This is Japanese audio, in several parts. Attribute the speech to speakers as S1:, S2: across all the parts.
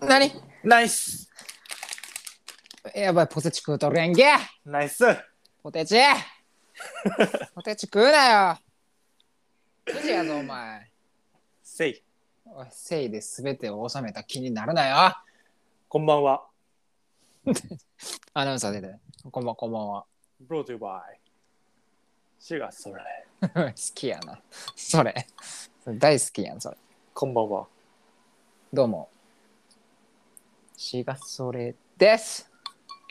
S1: 何
S2: ナイス
S1: やばい、ポテチ食うとるやんけ
S2: ナイス
S1: ポテ チポテチ食うなよ無事やぞ、お前。
S2: せい
S1: おい誠意で全てを収めた気になるなよ
S2: こんばんは
S1: アナウンサー出て。こんばんこんばんは。
S2: ブロードバイシガソレ
S1: 好きやな。それ。それ大好きやん、それ。
S2: こんばんは
S1: どうも。4月それです。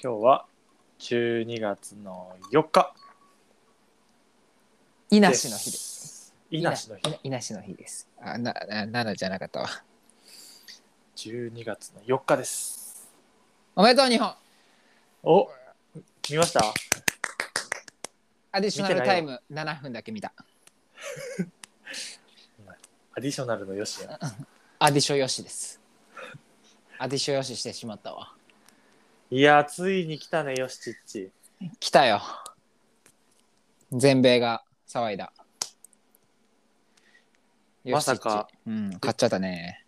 S2: 今日は12月の4日
S1: い
S2: い
S1: なしの日で。
S2: すいなしの日
S1: いなしの日です。あ、な、な、なのじゃなかったわ。
S2: 12月の4日です
S1: おめでとう、日本
S2: お見ました
S1: アディショナ
S2: 見
S1: ル
S2: てな
S1: タ
S2: い
S1: イ
S2: よ
S1: ム7分だけ見た。
S2: アディショナルのよしや
S1: アディショよしです。アディショよししてしまったわ。
S2: いやーついに来たねよしちっち
S1: 来たよ。全米が騒いだ。
S2: まさか
S1: よし。うん、買っちゃったね。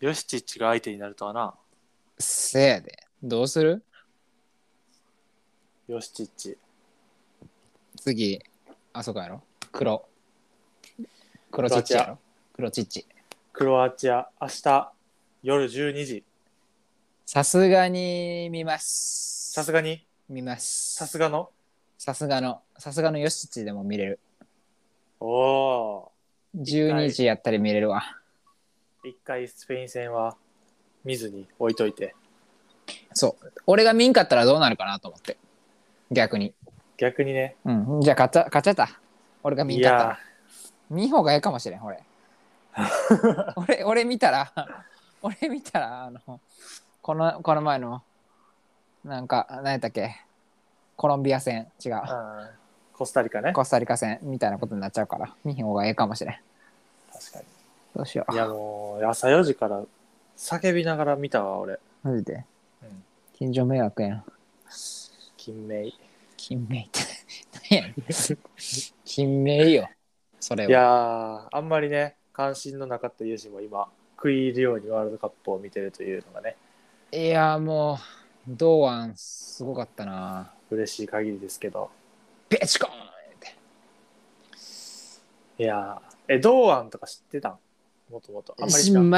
S2: よしちっちが相手になるとはな
S1: せやで。どうする
S2: よしちっち
S1: 次、あそこやろ黒。黒チッチやろ黒チッチ。
S2: クロアチア明日夜12時
S1: さすがに見ます。
S2: さすがに
S1: 見ます。
S2: さすがの
S1: さすがの、さすがのヨシチでも見れる。
S2: おおー
S1: 12時やったり見れるわ。
S2: 一回スペイン戦は見ずに置いといて
S1: そう。俺が見んかったらどうなるかなと思って。逆に。
S2: 逆にね
S1: うん。じゃあ買っちゃ、買っちゃった。俺が見
S2: い
S1: んかった
S2: や
S1: ら。見ん方がいいかもしれん、 俺。俺、俺見たら、 俺見たら、あの、この、この前の、なんか、何やったっけ、コロンビア戦、違う。
S2: ーうんコスタリカね
S1: コスタリカ戦みたいなことになっちゃうから、見ん方がいいかもしれん。
S2: 確かに
S1: どうしよ
S2: いやもう朝4時から叫びながら見たわ俺
S1: う。マジで
S2: うん。
S1: 近所迷惑やん。
S2: 金明い
S1: 金明って 何やねん金明よそれは
S2: やーあんまりね関心のなかった友人も今食い入るようにワールドカップを見てるというのがね
S1: いやもう堂安すごかったな
S2: 嬉しい限りですけど
S1: ベチコーンって
S2: いやーえ堂安とか知ってたんもともとあんまり知らん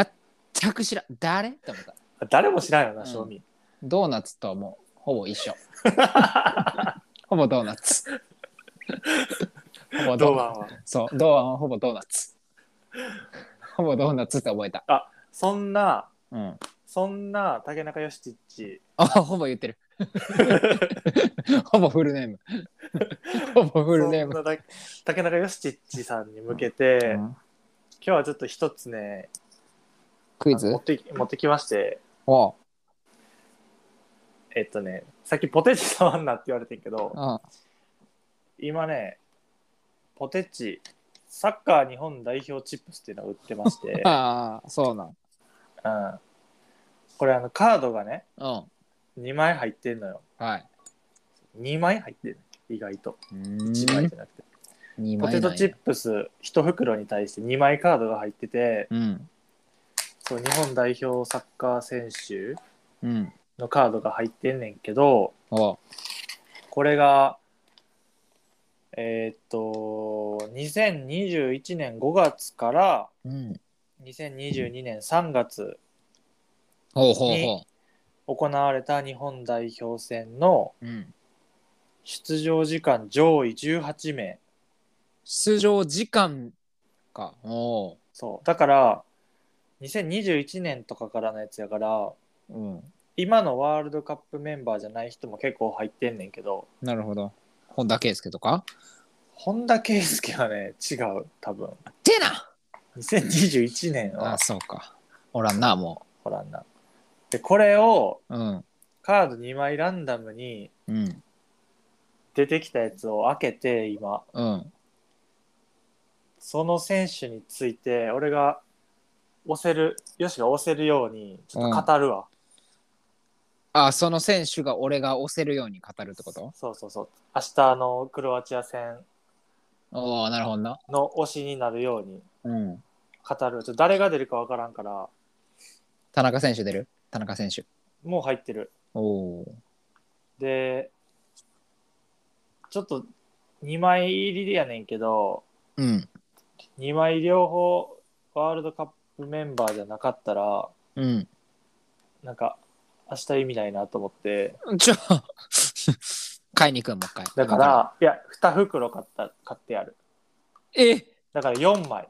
S1: 全く知らん誰って思った
S2: あ誰も知らんよ
S1: う
S2: なん正味、
S1: ドーナツとはもうほぼ一 緒ほぼドーナツほぼド
S2: 堂
S1: ーナ
S2: 安は
S1: ツそう堂安はほぼドーナツほぼドーナツって覚えた
S2: そんな
S1: うん
S2: そんな竹中義一ち
S1: あほぼ言ってる ほぼフルネームほぼフルネーム
S2: そんなだ竹中義ちさんに向けて、今
S1: うん
S2: 日はちょっと一つね
S1: クイ
S2: あの
S1: ズ
S2: 持ってき持ってきまして
S1: おう
S2: えっとねさっきポテチ触んなって言われてんけど
S1: うん
S2: 今ねポテチサッカー日本代表チップスっていうのを売って まして、
S1: ああそうなん
S2: うん、これあのカードがね
S1: うん
S2: 2枚入ってんのよ
S1: はい
S2: 2枚入ってる意外と
S1: 一
S2: 1枚じゃなくて
S1: 二
S2: ポ
S1: 枚
S2: テ
S1: なんや
S2: トチップス1袋に対して2枚カードが入ってて
S1: うん
S2: そう日本代表サッカー選手
S1: うん
S2: のカードが入ってんねんけど
S1: おう
S2: これがえーっと2021年5月から
S1: うん
S2: 2022年3月
S1: ほうほうほ
S2: 行われた日本代表戦の
S1: う、うん、
S2: 出場時間上位18名
S1: 出場時間かお
S2: そうだから2021年とかからのやつやから
S1: ううん
S2: 今のワールドカップメンバーじゃない人も結構入ってんねんけど
S1: なるほど本田圭佑とか
S2: 本田圭佑はね違う多分
S1: てな
S2: 2021年
S1: あ
S2: は
S1: そうかおらんなも
S2: ほらんな。で、これを
S1: ううん
S2: カード2枚ランダムに
S1: うん
S2: 出てきたやつを開けて、今、
S1: うん
S2: その選手について、俺が押せる、よしが押せるように、ちょっと語るわ。
S1: あその選手が俺が押せるように語るってこと
S2: そうそうそう明日のクロアチア戦
S1: ああなるほどな
S2: の推しになるように
S1: うん
S2: 語るちょっと誰が出るか分からんから
S1: 田中選手出る田中選手
S2: もう入ってる
S1: おお
S2: でちょっと2枚入りでやねんけど
S1: うん
S2: 2枚両方ワールドカップメンバーじゃなかったら
S1: うん
S2: なんか明日意味ないなと思って
S1: ちょ 買いに行くんもう一回
S2: だからいや2袋買った買ってやる
S1: え
S2: だから4枚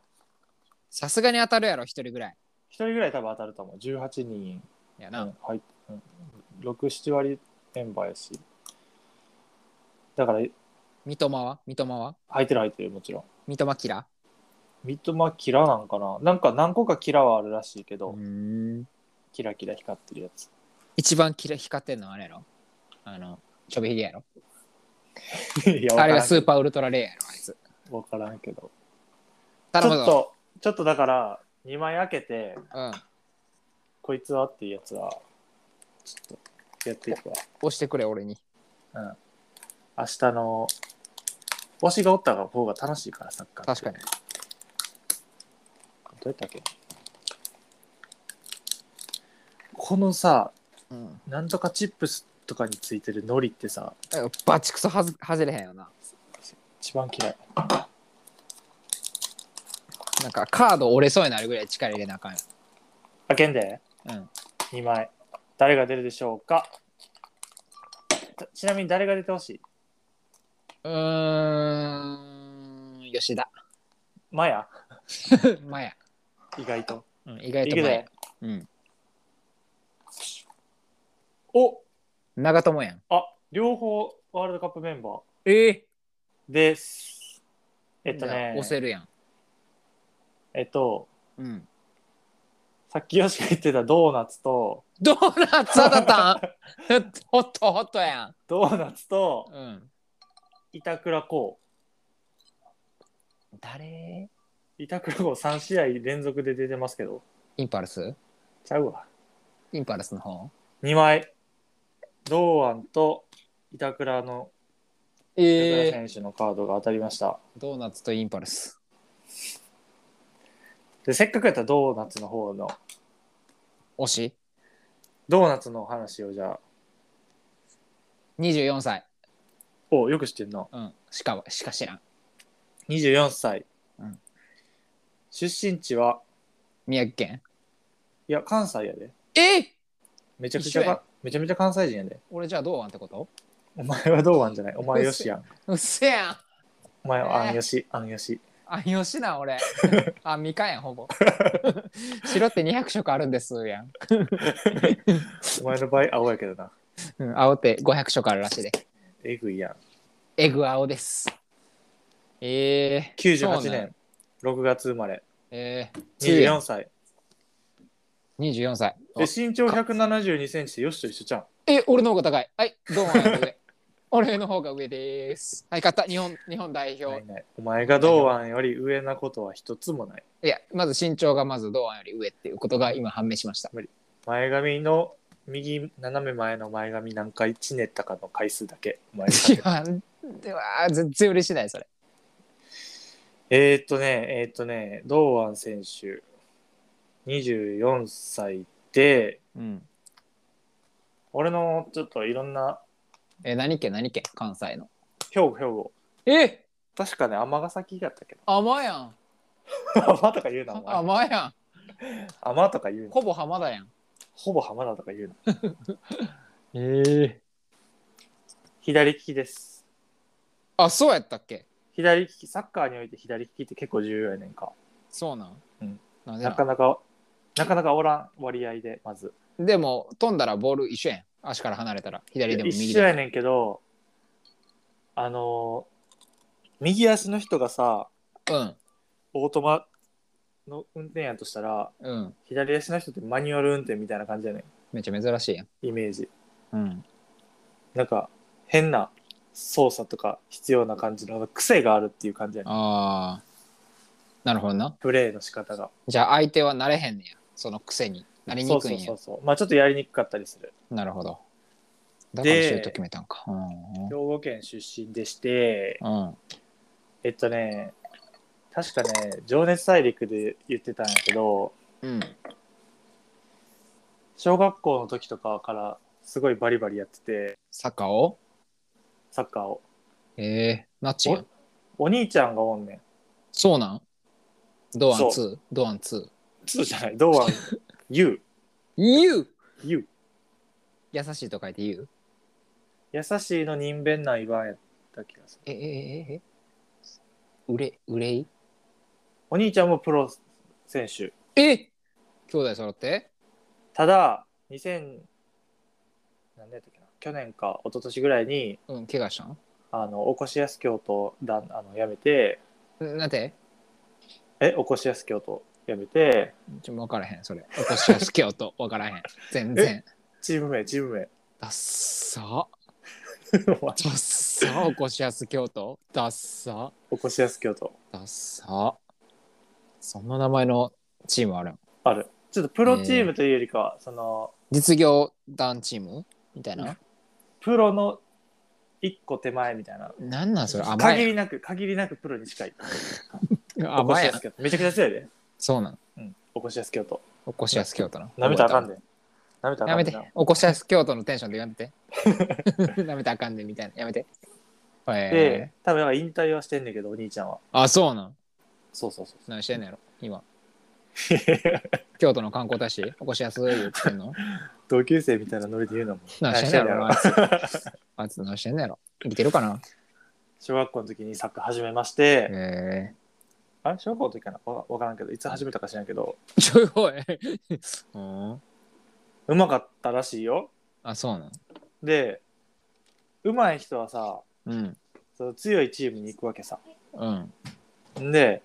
S1: さすがに当たるやろ一人ぐらい
S2: 1人ぐらい多分当たると思う18人
S1: や
S2: う
S1: な、
S2: ん入っうん67割メンバーやしだから
S1: 三笘は三笘は
S2: 入ってる入ってるもちろん
S1: 三笘キラ
S2: 三笘キラなんかななんか何個かキラはあるらしいけど、
S1: ん
S2: キラキラ光ってるやつ
S1: 一番キラ光ってんのはあれやろあのちょびひげやろ
S2: いや、
S1: あれが
S2: わ
S1: スーパーウルトラレアやろあいつ
S2: ー。わからんけど。ち
S1: 頼む
S2: ょっ
S1: ぞ
S2: と、ちょっとだから、2枚開けて、
S1: うん
S2: こいつはっていうやつは、ちょっと、やっていくわ。
S1: 押してくれ俺に
S2: 明日の、推しがおった方が楽しいから、サッカー。
S1: 確かに。
S2: どうやったっけこのさ、
S1: うん
S2: なんとかチップスとかについてる海苔ってさ、
S1: バチクソはず外れへんよな
S2: 一番嫌い。
S1: なんかカード折れそうになるぐらい力入れなあかんよ
S2: 開けんで、
S1: うん
S2: 2枚。誰が出るでしょうかちちなみに誰が出てほしいう
S1: ーん吉田
S2: マヤ
S1: マヤ、
S2: 意外と。
S1: うん、意外
S2: い
S1: と
S2: く
S1: マヤ
S2: で。
S1: うん
S2: お
S1: 長友やん
S2: あ両方ワールドカップメンバ
S1: ええ
S2: ーです。えっとね、
S1: 押せるやん
S2: えっと、
S1: うん
S2: さっきよしが言ってたドーナツと、
S1: ドーナツ当たったん ホットホットやん
S2: ドーナツと
S1: うん
S2: 板倉滉。
S1: 誰
S2: 板倉滉3試合連続で出てますけど、
S1: インパルス
S2: ちゃうわ。
S1: インパルスの方
S2: 2枚、堂安と板倉の板
S1: え
S2: 倉選手のカードが当たりました。
S1: ドーナツとインパルス
S2: でせっかくやったらドーナツの方の、
S1: 推し
S2: ドーナツの話をじゃあ、
S1: 24歳
S2: およく知ってんな。
S1: うんしかしか知らん
S2: 24歳。
S1: うん
S2: 出身地は、
S1: 宮城県
S2: いや、関西やで。
S1: えー、
S2: めちゃくち
S1: 一緒
S2: ゃ
S1: や
S2: か、めちゃめちゃ関西人やで。
S1: 俺じゃあどうあんってこと
S2: お前はどうなんじゃないお前よしやん。
S1: うっせやん
S2: お前
S1: え
S2: は
S1: ー
S2: あんよし、あんよし。
S1: あ吉な 俺あみかんやんほぼ 白って200色あるんですやん、
S2: お前の場合、青やけどな。
S1: うん、青って500色あるらしいで
S2: えぐいやん。
S1: エグ青ですえー、
S2: 98
S1: そうなん
S2: 年6月生まれ。
S1: えー、
S2: 24歳。
S1: 24歳
S2: で、身長172センチでよしと一緒じゃん。
S1: え俺の方が高いはいどうも上 俺の方が上ですはい勝った日本日本代
S2: な
S1: 表
S2: いないお前が同案より上なことは一つもない。
S1: いやまず身長がまず堂安より上っていうことが今判明しました
S2: 前髪の右斜め前の前髪何回ちねったかの回数だけ。お前が
S1: いやでは全然嬉しないそれ
S2: えーっとね、えーっとね、堂安選手、24歳で、
S1: うん
S2: 俺のちょっといろんな
S1: え何県何県関西の
S2: 兵庫兵庫
S1: え
S2: 確かね尼崎だ ったっけ
S1: 甘やん
S2: ど尼とか言うなお前
S1: 甘や
S2: 尼とか言うんな
S1: ほぼ浜田やん
S2: ほぼ浜田とか言うな
S1: えー、
S2: 左利きです
S1: あそうやったっけ
S2: 左利きサッカーにおいて左利きって結構重要やねんか
S1: そうなん、
S2: うん、
S1: なんでな
S2: なかなかなかなかおらん割合でまず
S1: でも飛んだらボール一緒やん足から離れたら左でも右
S2: 一
S1: で
S2: 緒
S1: も
S2: やねんけどあのー右足の人がさ
S1: うん
S2: オートマの運転やとしたら
S1: うん
S2: 左足の人ってマニュアル運転みたいな感じやね
S1: めっちゃ珍しいやん
S2: んイメージ
S1: うん
S2: なんか変な操作とか必要な感じの癖があるっていう感じやね
S1: ああなるほどな
S2: プレイの仕方が
S1: じゃあ相手は慣れへんねやそのくせになりにくいんや
S2: そうそうそうそうまあちょっとやりにくかったりする
S1: なるほどだからシュート決めたんか。うん
S2: 兵庫県出身でして、
S1: うん。うん。
S2: えっとね、確かね、情熱大陸で言ってたんやけど、
S1: うん。
S2: 小学校の時とかからすごいバリバリやってて、
S1: サッカーを
S2: サッカーを。
S1: ええナッチやん
S2: お兄ちゃんがおんねん。
S1: そうなんドアン
S2: そう
S1: 2、ドアン2。
S2: そうじゃない、どうは ?You、
S1: You!
S2: You。
S1: 優しいと書いて You?
S2: 優しいの人弁な番やった気がする。
S1: えええええうれ、うれい
S2: お兄ちゃんもプロ選手。
S1: え兄弟揃って
S2: ただ、2000、何年だったっけな、去年か一昨年ぐらいに、
S1: うん、怪我したん
S2: あの、おこしやす京都だんあの辞めて、
S1: んなんて
S2: え、おこしやす京都辞めて、
S1: ちょ、分からへん、それ。おこしやすけよ と分からへん。全然。
S2: チーム名、チーム名。
S1: ダッサ。
S2: お前
S1: ダッサ。おこしやす京都。ダッサ。
S2: おこしやす京都。
S1: ダッサ。そんな名前のチームあるん
S2: ある。ちょっとプロチームというよりかは、その、
S1: 実業団チームみたいな。
S2: プロの一個手前みたいな。
S1: なんなんそれ甘
S2: 限
S1: い。
S2: りなく、限りなくプロに近い。おこ
S1: 甘
S2: し
S1: い
S2: や。す京都。めちゃくちゃ強いで。
S1: そうなの。
S2: うん。おこしやす京都。
S1: おこしやす京都な。
S2: なめたらあかんで。なめたら
S1: や
S2: あか
S1: め
S2: んで
S1: て
S2: な。。
S1: おこしやす京都のテンションでやめて。 なめたらあかんでみたいな。やめて。えー
S2: で、多分なんか引退はしてんねんけど、お兄ちゃんは。
S1: あ、そうなん。
S2: そうそうそう。
S1: 何してんのやろ今。京都の観光大使おこしやすい言ってん の
S2: 同級生みたいなノリで言うのも。
S1: 何してんのやろ
S2: 何
S1: あいつ。 あいつ何してんのやろ生きてるかな
S2: 小学校の時にサッカー始めまして、
S1: え
S2: あれ小学校の時かなわわからんけど、いつ始めたか知らんけど、
S1: ー。ちょいおい。 うん。
S2: うまかったらしいよ。
S1: あ、そうなん。
S2: で、うまい人はさ、
S1: うん。
S2: その強いチームに行くわけさ。
S1: うん。
S2: んで、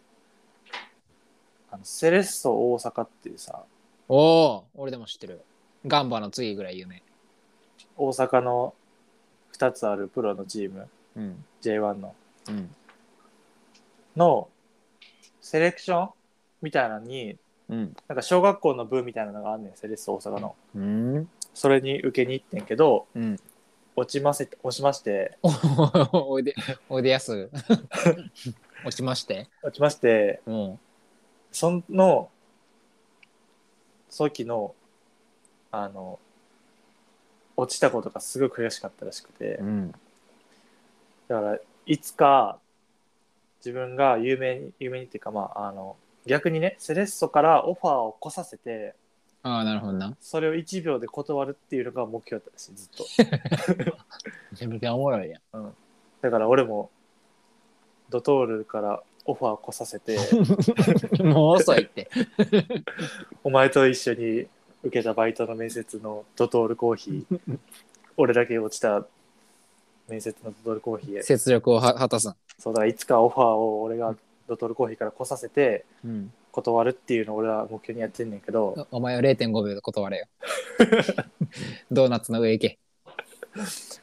S2: あのセレッソ大阪っていうさ、
S1: おお俺でも知ってる。ガンバの次ぐらい有名。
S2: 大阪の2つあるプロのチーム、
S1: うん。
S2: J1 の、
S1: うん。
S2: のセレクションみたいなのに
S1: うん。
S2: なんか小学校の部みたいなのがあんねん、セレッソ大阪の。
S1: うん。
S2: それに受けに行ってんけど、
S1: うん。
S2: 落ちませ、落ちまして、
S1: おおいで、おいでやす。落ちまして。
S2: 落ちまして、
S1: も
S2: その、早期の、あの、落ちたことがすごい悔しかったらしくて
S1: う。、ん。
S2: だから、いつか、自分が有名に、有名にっていうか、まあ、あの、逆にね、セレッソからオファーを来させて、
S1: ああ、なるほどな。
S2: それを1秒で断るっていうのが目標だったらしい、ずっと。
S1: めちゃめちゃおもろいやん。
S2: だから俺もドトールからオファーを来させて
S1: もう遅い って。
S2: お前と一緒に受けたバイトの面接のドトールコーヒー 俺だけ落ちた面接のドトールコーヒーへ
S1: 雪力をは果たすん。
S2: そうだからいつかオファーを俺がドトールコーヒーから来させて
S1: うん。
S2: 断るっていうのを俺は目標にやってんねんけど
S1: お前は0.5秒で断 れよ。ドーナツの上行け。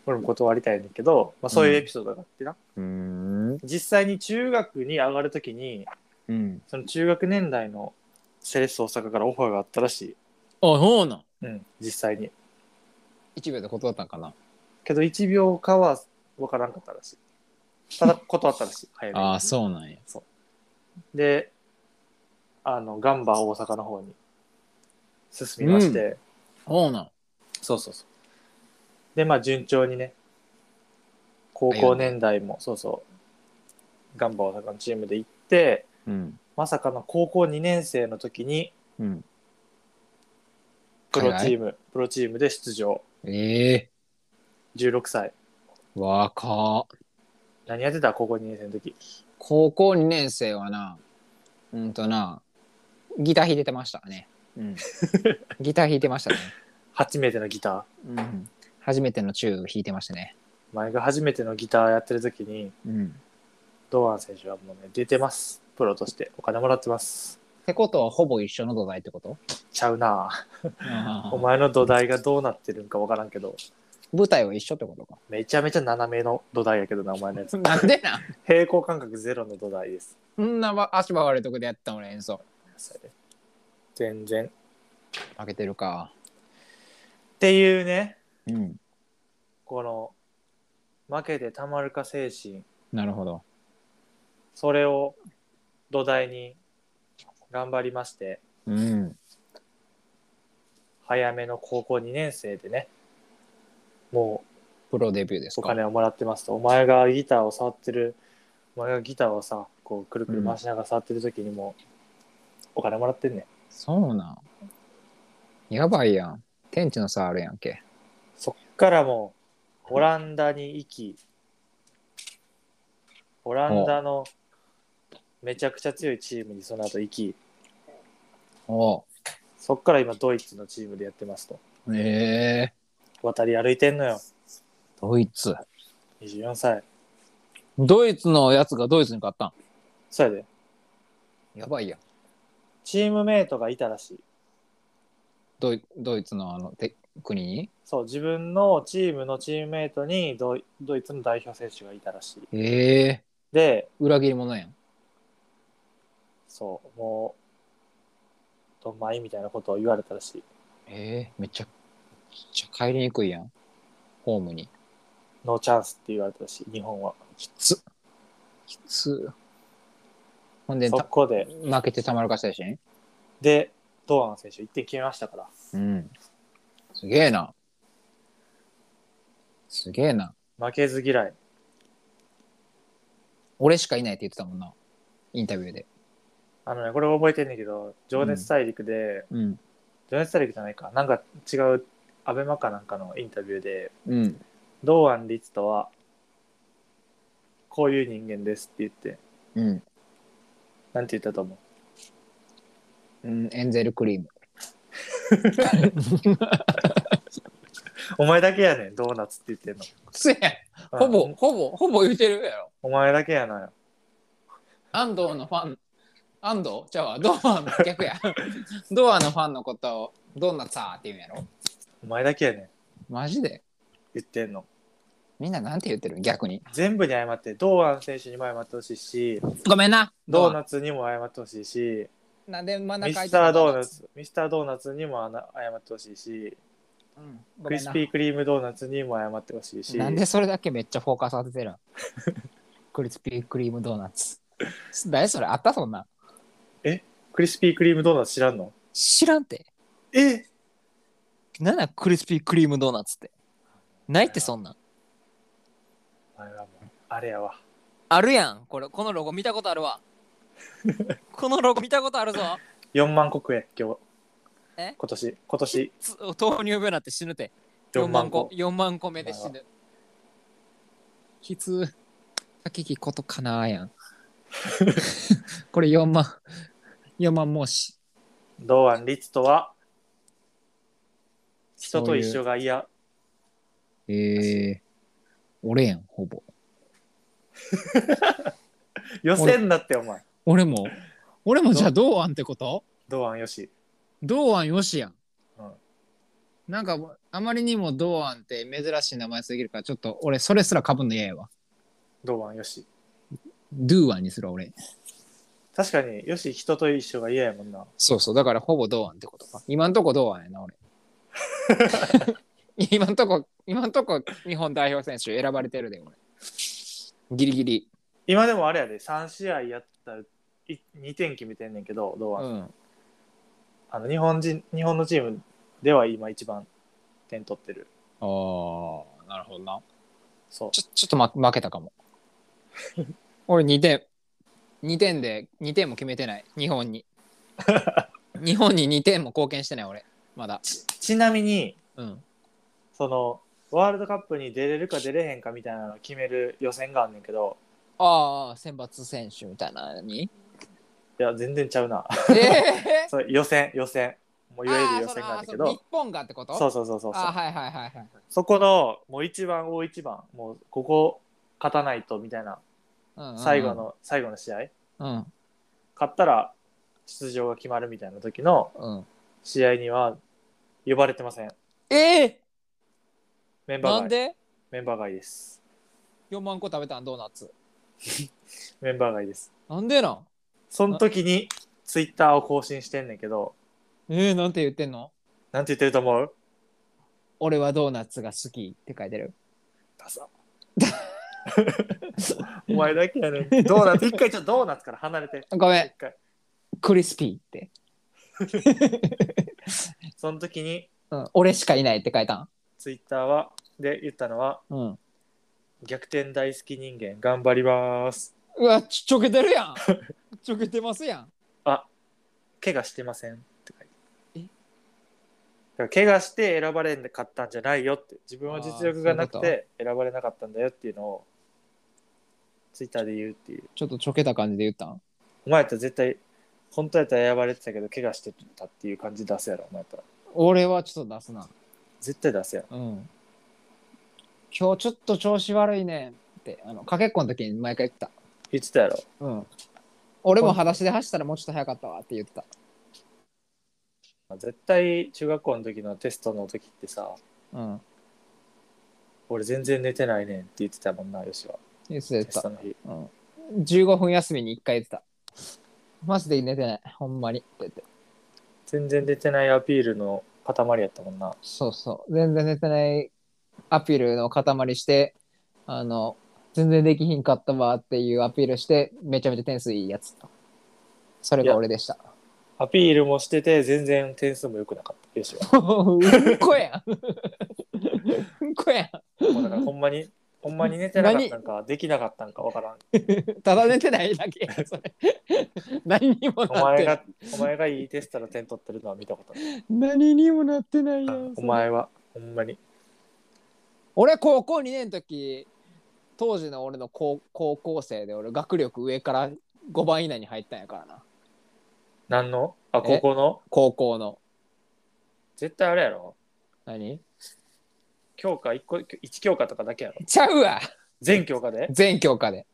S2: 俺も断りたいねんだけど、まあ、そういうエピソードがあってな、
S1: うん。
S2: 実際に中学に上がるときに
S1: うん。
S2: その中学年代のセレッソ大阪からオファーがあったらし
S1: あ、そうなん。
S2: い、うん、実際に
S1: 1秒で断ったんかな。
S2: けど1秒かは分からんかったらしい。ただ断ったらしい。早めに
S1: ああ、そうなんや。
S2: で、あの、ガンバ大阪の方に進みまして、
S1: そうなん。
S2: そうそうそう。で、まあ順調にね、高校年代も、そうそう、ガンバ大阪のチームで行って、
S1: うん。
S2: まさかの高校2年生の時に、
S1: うん。
S2: プロチーム、プロチームで出場。
S1: ええ
S2: 16歳。
S1: ー。若っ。
S2: 何やってた高校2年生の時。
S1: 高校2年生はな、うんとな、ギター弾いてましたね。 うん。ギター弾いてましたね。
S2: 初めてのギター。
S1: うん。初めてのチュー弾いてましたね。
S2: お前が初めてのギターやってる時に、
S1: うん。
S2: 堂安選手はもうね、出てます。プロとしてお金もらってます。
S1: ってことはほぼ一緒の土台ってこと
S2: ちゃうなあお
S1: お前
S2: 前の土台がどうなってるんかわからんけど、
S1: 舞台は一緒ってことか。
S2: めちゃめちゃ斜めの土台やけどな、お前のやつ。
S1: なんでな
S2: 平行感覚ゼロの土台です。
S1: そんなば足場悪いとこでやった俺演奏。
S2: 全然。っ
S1: 負けてるか。
S2: ていうね、
S1: うん。
S2: この負けてたまるか精神
S1: なるほど。
S2: それを土台に頑張りまして
S1: うん。
S2: 早めの高校2年生でねも
S1: プロデビューです
S2: うお
S1: か。
S2: 金をもらってますとお前がギターを触ってるお前がギターをさこうくるくる回しながら触ってる時にもお金もらってんね
S1: そうなん。やばいやん。天地の差あるやんけ。
S2: そっからもうオランダに行きオランダのめちゃくちゃ強いチームにその後行き
S1: おう
S2: そっから今ドイツのチームでやってますと
S1: ええ
S2: 渡り歩いてんのよ
S1: ドイツ。
S2: 24歳
S1: ドイツのやつがドイツに勝ったん。
S2: そうやで
S1: やばいやん。
S2: チームメイトがいたらしい
S1: ドイドイツのあのて国に
S2: そう自分のチームのチームメイトにドイドイツの代表選手がいたらしい
S1: ええ
S2: で
S1: 裏切り者やん。
S2: そうもうどんまいみたいなことを言われたらしい
S1: ええめっちゃ、めっちゃ帰りにくいやん。ホームに。
S2: ノーチャンスって言われたらしい日本は
S1: きつ。きつ。ほんで、
S2: そ
S1: た
S2: こで
S1: 負けてたまるか精神
S2: で堂安選手1点決めましたから
S1: うん。すげえな。すげえな。
S2: 負けず嫌い
S1: 俺しかいないって言ってたもんな。インタビューで。
S2: あのねこれ覚えてんねんけど情熱大陸で、
S1: うん。
S2: 情熱大陸じゃないかなんか違うアベマかなんかのインタビューで
S1: うん。
S2: 堂安律とはこういう人間ですって言って
S1: うん。
S2: なんて言ったと思う
S1: うん、エンゼルクリーム。
S2: お前だけやねんドーナツって言ってんの
S1: せやん。ほぼ、
S2: うん
S1: ほぼ、ほぼ言うてるやろ。
S2: お前だけやなよ
S1: 安藤のファン、安藤じゃあ、ドアの逆 や。ドアのファンのことをドーナツァーって言うんやろ。
S2: お前だけやねん
S1: マジで
S2: 言ってんの
S1: みんななんて言ってる逆に。
S2: 全部に謝って堂安選手にも謝ってほしいし
S1: ごめんな。
S2: ドー
S1: ナ
S2: ナツにも謝ってほしいし
S1: なんで真ん中
S2: ミ
S1: 空い
S2: ス
S1: てる
S2: ター
S1: の
S2: ドーナ。ツミスタードーナツにもあな謝ってほしいし
S1: うんごめ
S2: クリ
S1: ん
S2: ス
S1: な
S2: ピークリームドーナツにも謝ってほしいし
S1: なんでそれだけめっちゃフォーカス当ててる んクリスピークリームドーナツ。誰それあったそんなん。
S2: クリスピークリームドーナツ知らんの
S1: 知らんて。
S2: え
S1: なんなんクリスピークリームドーナツって。ないってそんなん。
S2: お前はもうあれやわ
S1: あるやん。これ、このロゴ見たことあるわ。このロゴ見たことあるぞ。
S2: 4万個食え今日
S1: え
S2: 今年今年
S1: つ糖尿病なって死ぬて。4
S2: 4万
S1: 万
S2: 個
S1: 個。4万個目で死ぬ。きつ。先きことかなーやん。 これ4万。4万もうし。
S2: 堂安律とは人
S1: そ
S2: と
S1: ういう
S2: 一緒が嫌
S1: ええ俺やん、ほぼ。
S2: 予選だってお前
S1: 俺も。俺もじゃあ、どうあんってこと
S2: 堂安よし
S1: 堂安よしやん。
S2: うん
S1: なんかあまりにも堂安って珍しい名前すぎるからちょっと俺それすらかぶんの嫌やわ。
S2: 堂安よし
S1: ドゥーアンにするわ俺。
S2: 確かによし人と一緒が嫌やもんな
S1: そうそうだからほぼ堂安ってことか。今んとこ堂安やな 俺。今んとこ今んとこ日本代表選手選ばれてるで俺。ギリギリ。
S2: 今でもあれやで3試合やったらい2点決めてんねんけど堂
S1: う
S2: 安、
S1: ん。
S2: あの日本人日本のチームでは今一番点取ってる
S1: ああなるほどな。
S2: そう
S1: ちょちょっと、ま、負けたかも。 俺2点、2点で、2点も決めてない、日本 に。日本に2点も貢献してない、俺、まだ。
S2: ちちなみに
S1: うん。
S2: そのワールドカップに出れるか出れへんかみたいなのを決める予選があんねんけど
S1: ああ、選抜選手みたいなの に。
S2: いや全然ちゃうな
S1: ええ
S2: そう予選予選もういわゆる予
S1: あーそ
S2: 選
S1: の
S2: があん
S1: あ
S2: ねん
S1: ー
S2: け
S1: そ
S2: ど
S1: の日本がってこと
S2: そう
S1: う
S2: そうそうそうそ
S1: あー
S2: う
S1: はいはいはいはい。
S2: そこのもう一番大一番もうここ勝たないとみたいな
S1: うんうんうん
S2: 最後の、。最後の試合
S1: うん。
S2: 勝ったら出場が決まるみたいな時の
S1: うん、
S2: 試合には呼ばれてません
S1: ええ
S2: メンバ
S1: な
S2: ー
S1: ん
S2: 外
S1: で
S2: メンバー外です
S1: ?4 万個食べたんドーナツ。
S2: メンバー外です
S1: なんでなん
S2: その時にツイッターを更新してんねんけど
S1: ええなんて言ってんの
S2: なんて言ってると思う
S1: 俺はドーナツが好きって書いてる。
S2: ダサお前だけ やねんドーナツ一回ちょっとドーナツから離れて
S1: ごめん
S2: 一回
S1: クリスピーって、
S2: その時に
S1: うん、俺しかいないって書いたん
S2: ツイッターはで言ったのは
S1: うん
S2: 逆転大好き人間頑張ります
S1: うわちょちょけてるやん ちょけてますやん
S2: あ怪我してませんって書いて
S1: え
S2: だから怪我して選ばれなかったんじゃないよって自分は実力がな
S1: あ
S2: く
S1: ーそうい
S2: て選ばれなかったんだよっていうのをツイッターで言うっていう
S1: ちょっとちょけた感じで言ったん
S2: お前やったら絶対本当やったら選ばれてたけど怪我してたっていう感じ出すやろお前やったら
S1: 俺はちょっと出すな
S2: 絶対出すやろ
S1: うん今日ちょっと調子悪いねんってあのかけっこの時に毎回言って
S2: 言ってたやろ
S1: たうん俺も裸足で走ったらもうちょっと早かったわって言ってた
S2: 絶対中学校の時のテストの時ってさ
S1: うん
S2: 俺全然寝てないねんって言ってたもんなよしは
S1: 言ってた言って
S2: テス
S1: た
S2: トの日
S1: うん、15分休みに1回言ってた。マジで寝てない。ほんまに。って言って
S2: 全然寝てないアピールの塊やったもんな
S1: そうそう。全然寝てないアピールの塊して、あの、全然できひんかったわっていうアピールして、めちゃめちゃ点数いいやつ。それが俺でした。
S2: アピールもしてて全然点数も良くなかったよしは
S1: うんこやん。うんこや
S2: もうだからほんまにほんまに寝てなかったんかできなかったんかわからん
S1: ん。ただ寝てないだけや んそれ。何にも
S2: お
S1: なって
S2: 前
S1: ない
S2: が。お前がいいテストの点取ってるのは見たことない
S1: 何にもなってないやん。そ
S2: お
S1: れ
S2: 前はほんまに
S1: 俺高校2年の時当時の俺の高高校生で俺学力上から5番以内に入ったんやからな
S2: 何のあ
S1: え
S2: ここの
S1: 高校の
S2: 絶対あれやろ
S1: 何
S2: 教科1個一教科とかだけやろ
S1: ちゃうわ
S2: 全教科で
S1: 全教科で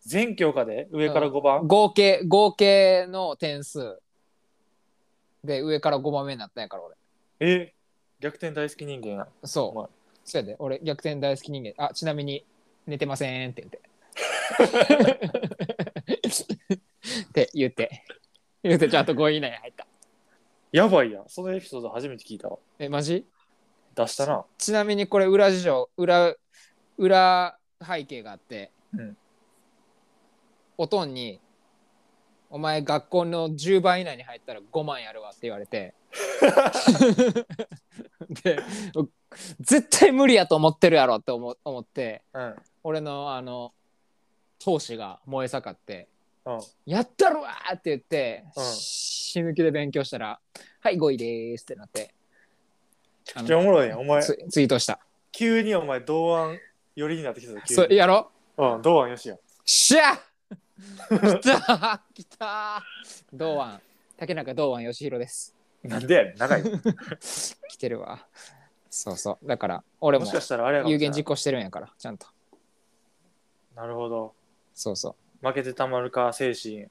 S2: 全教科で上から5番、
S1: 合計合計の点数で上から5番目になったんやから俺
S2: え逆転大好き人間や
S1: そう、
S2: お前
S1: そうやで俺逆転大好き人間あちなみに寝てませんって言ってって言って言ってちゃんと5位以内に入った
S2: やばいやんそのエピソード初めて聞いたわ
S1: えマジ
S2: 出したな
S1: ちなみにこれ裏事情裏裏背景があって、
S2: うん
S1: おとんに「お前学校の10倍以内に入ったら5万やるわ」って言われ てで絶対無理やと思ってるやろって思思って
S2: うん
S1: 俺のあの闘志が燃え盛って
S2: うん
S1: 「やったるわ!」って言って、
S2: うん
S1: 死ぬ気で勉強したら「はい5位です」ってなってあ
S2: じゃ
S1: の
S2: あおもろいやんお前
S1: ツイツイートした。
S2: 急にお前同案寄りになってきたぞ急
S1: そ
S2: に
S1: うやろ
S2: うん同案よしやん
S1: しゃ来た来た堂安竹中堂安義弘です
S2: なんでやね ん長い
S1: 来てるわそうそうだから俺
S2: も
S1: も
S2: しかしたらあれやかも
S1: 有
S2: しれ
S1: 言
S2: な
S1: 実
S2: い
S1: 行してるんやからちゃんと
S2: なるほど
S1: そうそう
S2: 負けてたまるか精神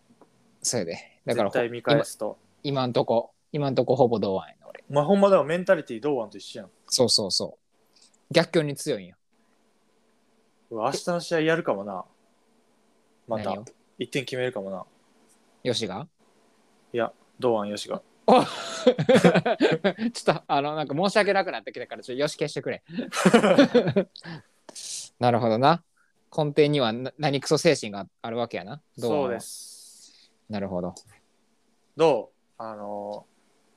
S1: それでだから
S2: 絶
S1: ほ
S2: 対見返すと
S1: 今今んとこ今んとこほぼ堂安やな俺
S2: まあほんまでもメンタリティ同案と一緒やん
S1: そうそうそう逆境に強いんよ
S2: うわ明日の試合やるかもなまた
S1: 何を
S2: 1点決めるかもな
S1: よしが
S2: 同案よしが
S1: お ちょっとあのなんか申し訳なくなってきたからちょよし消してくれ なるほどな根底にはな何クソ精神があるわけやな堂安は
S2: そうです
S1: なるほど。
S2: どうあの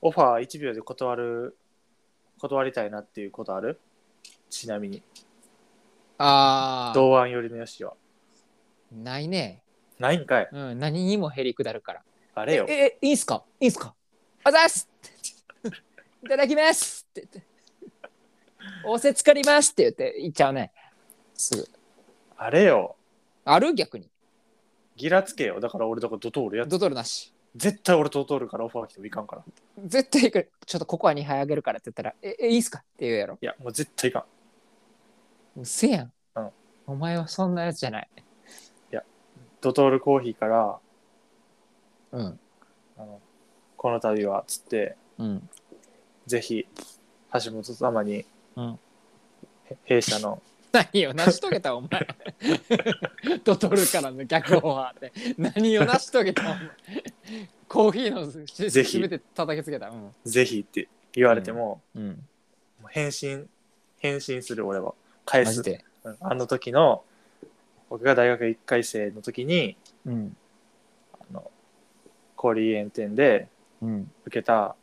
S2: オファー1秒で断る断りたいなっていうことあるちなみに
S1: ああ、
S2: 同案寄りのよしは
S1: ないね。
S2: ないんかい
S1: うん、何にもへりくだるから。
S2: あれよ
S1: え、いいんすかいいんすかあざっすいただきますって言って。おせつかりますって言って、言っちゃうね。すぐ。
S2: あれよ
S1: ある逆に。
S2: ギラつけよだから俺だからドトールやっ
S1: ドトールなし。
S2: 絶対俺ドトールからオファー来てもいかんからい
S1: 絶対行く。ちょっとココア2杯あげるからって言ったら、え、えいいんすかって言うやろ。
S2: やもう絶対いかん
S1: うっせえやん。
S2: うん
S1: お前はそんなやつじゃない。
S2: ドトールコーヒーから
S1: うん。
S2: あのこの度はつって
S1: うん。
S2: ぜひ橋本様に、
S1: うん
S2: へ弊社の
S1: 何を成し遂げたお前 ドトールからの逆オファーって何を成し遂げたお前コーヒーのし
S2: ぜひ
S1: 全て叩きつけたうん
S2: ぜひって言われても、
S1: うん
S2: もう返信返信する俺は返
S1: マジ
S2: す
S1: で。
S2: うんあの時の僕が大学1回生の時に
S1: うん。
S2: あの氷園店で
S1: うん。
S2: 受けた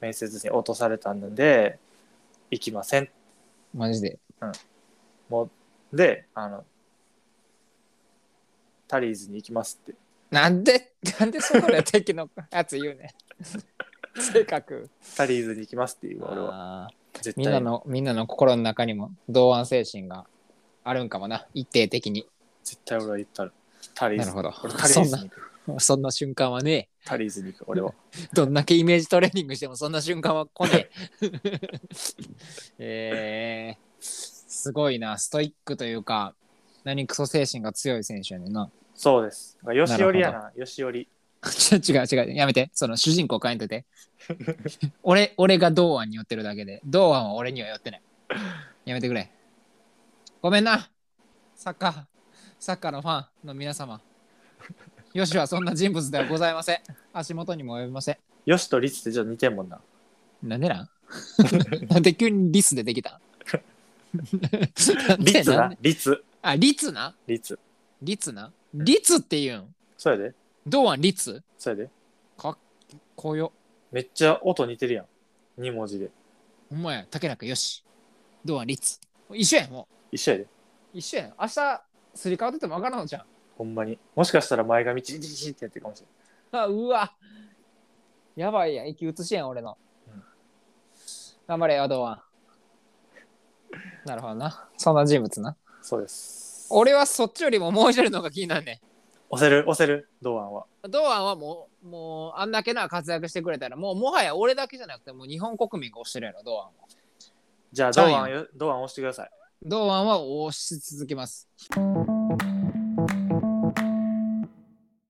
S2: 面接に落とされたんで行きません
S1: マジで。
S2: もうであのタリーズに行きますって
S1: なんで、なんでそこで敵のやつ言うね ん。性格。
S2: タリーズに行きますっていう俺は
S1: あー
S2: 絶対
S1: みんなの、みんなの心の中にも同案精神があるんかもな。一定的に。
S2: 絶対俺は言ったらタリー
S1: な
S2: ズ
S1: るほど
S2: 俺タリーズに行く
S1: そんな瞬間はね
S2: タリーズに行く俺は
S1: え、どんだけイメージトレーニングしてもそんな瞬間は来ねえ。えー、すごいな。ストイックというか、何クソ精神が強い選手やねんな。
S2: そうですだからよしおりやなよしおり
S1: ちょ 違う違う。やめて。その主人公変えんといて。 俺、俺が同案に寄ってるだけで、同案は俺には寄ってない。やめてくれ。ごめんな。サッカー、サッカーのファンの皆様。よしはそんな人物ではございません。足元にも及びません。
S2: よしとりつってちょっと似てんもんな
S1: なんでなんなんで急にリス出てきたなんで
S2: リツ
S1: なん
S2: な
S1: で
S2: リツ
S1: あ、リツな
S2: リツ
S1: リツなリツって言うん
S2: そうやで
S1: どうあんリツ
S2: そうやで
S1: かっこよ。
S2: めっちゃ音似てるやん2文字で
S1: ほんまや、竹中よし。どうあんリツ。一緒やん、も
S2: 一緒やで
S1: う。一緒やん。明日、すり替わっててもわからんのじゃん。
S2: ほんまにもしかしたら前髪チリチリチリってやってるかもしれな い
S1: あ、うわ。やばいやん。息移しやん、俺の
S2: うん。
S1: 頑張れよ、堂安。なるほどな。そんな人物な。
S2: そうです
S1: 俺はそっちよりももう一人の方が気になんねん。
S2: 押せる押せる堂安は
S1: 堂安はもう、もう、あんだけな活躍してくれたら、もう、もはや俺だけじゃなくて、もう日本国民が推してるやろ、堂安は。
S2: じゃあ
S1: ジ
S2: 堂
S1: ャイアン
S2: 安よ堂安押してください
S1: 堂安は推し続けます。